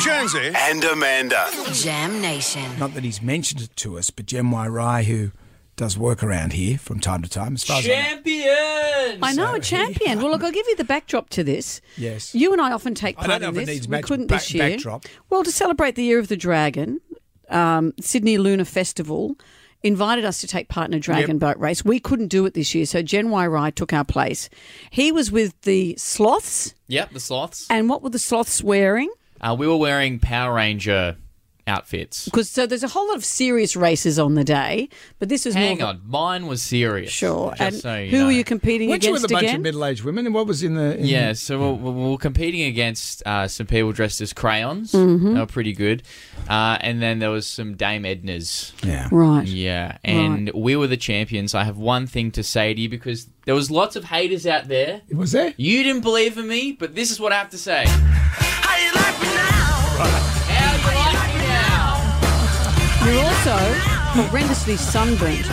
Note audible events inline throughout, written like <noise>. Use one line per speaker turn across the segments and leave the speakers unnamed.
Jonesy.
and Amanda.
Jam Nation.
Not that he's mentioned it to us, but Jem Y. Rai, who does work around here from time to time, as far as I know-
Champion!
I know, a champion. Well, look, I'll give you the backdrop to this.
Yes.
You and I often take
I
part
don't know
in
if it
this.
needs
we
match-
couldn't
back-
this year.
backdrop.
Well, to celebrate the Year of the Dragon, um, Sydney Lunar Festival invited us to take part in a dragon boat race. We couldn't do it this year, so Gen Y Rai took our place. He was with the sloths,
Yep, the sloths.
and what were the sloths wearing?
Uh, we were wearing Power Ranger outfits.
Because so there's a whole lot of serious races on the day, but this was
Hang
more
on, mine was serious.
Sure.
Just
And
so you
who
know.
were you competing
Weren't you with
against
a bunch
again?
of middle-aged women? And what was in the? In
Yeah, so we we're, we're competing against uh, some people dressed as crayons.
Mm-hmm.
They were pretty good, uh, and then there was some Dame Ednas.
Yeah.
right.
Yeah, and we were the champions. I have one thing to say to you because there was lots of haters out there.
Was there? <laughs>
You didn't believe in me, but this is what I have to say.
How you like me now?
How you like me now?
You're also horrendously sunburnt.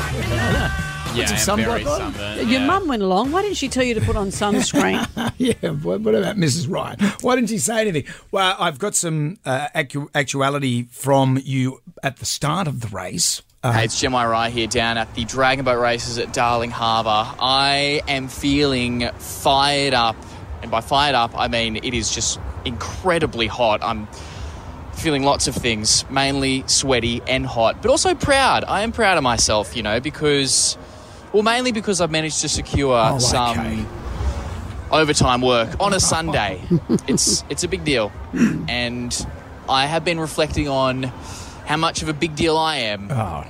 Yeah,
some
I'm very
sunblock on?
sunburned.
Your
yeah.
mum went along. Why didn't she tell you to put
<laughs>
on sunscreen?
Yeah, what, what about Mrs. Ryan? Why didn't she say anything? Well, I've got some uh, actu- actuality from you at the start of the race.
Hey, it's Jim Rai here down at the Dragon Boat Races at Darling Harbour. I am feeling fired up, and by fired up, I mean it is just incredibly hot. I'm feeling lots of things, mainly sweaty and hot, but also proud. I am proud of myself, you know, because, well, mainly because I've managed to secure
Oh, okay.
some overtime work on
<laughs>
a Sunday. it's it's a big deal, and I have been reflecting on how much of a big deal I am.
Oh,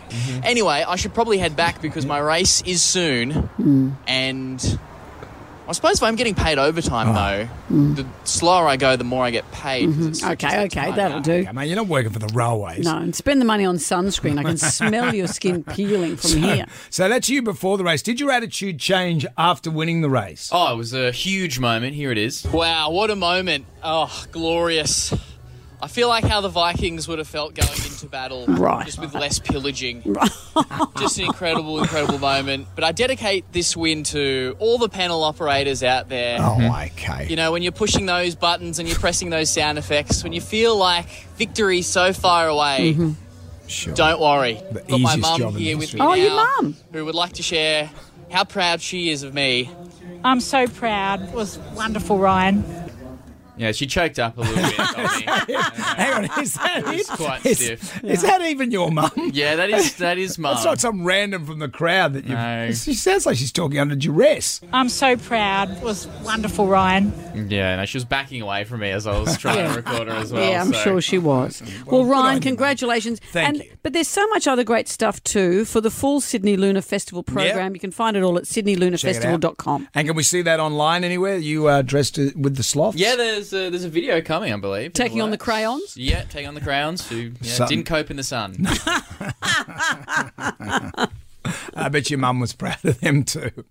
Anyway, I should probably head back because my race is soon,
Hmm.
and I suppose if I'm getting paid overtime
Ah.
though, the slower I go, the more I get paid. 'cause it's-
Hmm. Mm-hmm. okay,
it's
okay,
time
that'll
now.
do.
yeah, mate, you're not working for the railways.
No, and spend the money on sunscreen.
<laughs>
I can smell your skin peeling from here.
So that's you before the race. Did your attitude change after winning the race?
Oh, it was a huge moment. Here it is.
Wow, what a moment! Oh, glorious. I feel like how the Vikings would have felt going into battle,
Right.
just with less pillaging.
<laughs>
just an incredible, incredible moment. But I dedicate this win to all the panel operators out there.
Oh, okay.
You know, when you're pushing those buttons and you're pressing those sound effects, when you feel like victory so far away,
Mm-hmm.
Sure.
don't worry.
The
Got my
easiest job
mum
in
here with
history.
me
Oh, your
now,
mum.
who would like to share how proud she is of me.
I'm so proud. It was wonderful, Ryan.
Yeah, she choked up a little
<laughs>
bit. on me.
Hang on, is that
was
it?
quite
Is-
stiff.
is that even your mum?
Yeah, that is that is mum.
That's not some random from the crowd that you.
No.
<laughs> She sounds like she's talking under duress.
I'm so proud. It was wonderful, Ryan.
Yeah, no, she was backing away from me as I was trying to record her as well.
yeah, I'm
so-
sure she was. Well, Ryan,
on you, mate.
congratulations.
Thank
and,
you.
But there's so much other great stuff too for the full Sydney Lunar Festival program. You can find it all at
Check it out.
sydneylunarfestival.com.
And can we see that online anywhere? You uh, dressed uh, with the sloths?
Yeah, there's a, there's a video coming, I believe.
Taking on the
crayons.
crayons.
Yeah, taking on the crayons who yeah,
Sun.
didn't cope in the sun.
I bet your mum was proud of them too.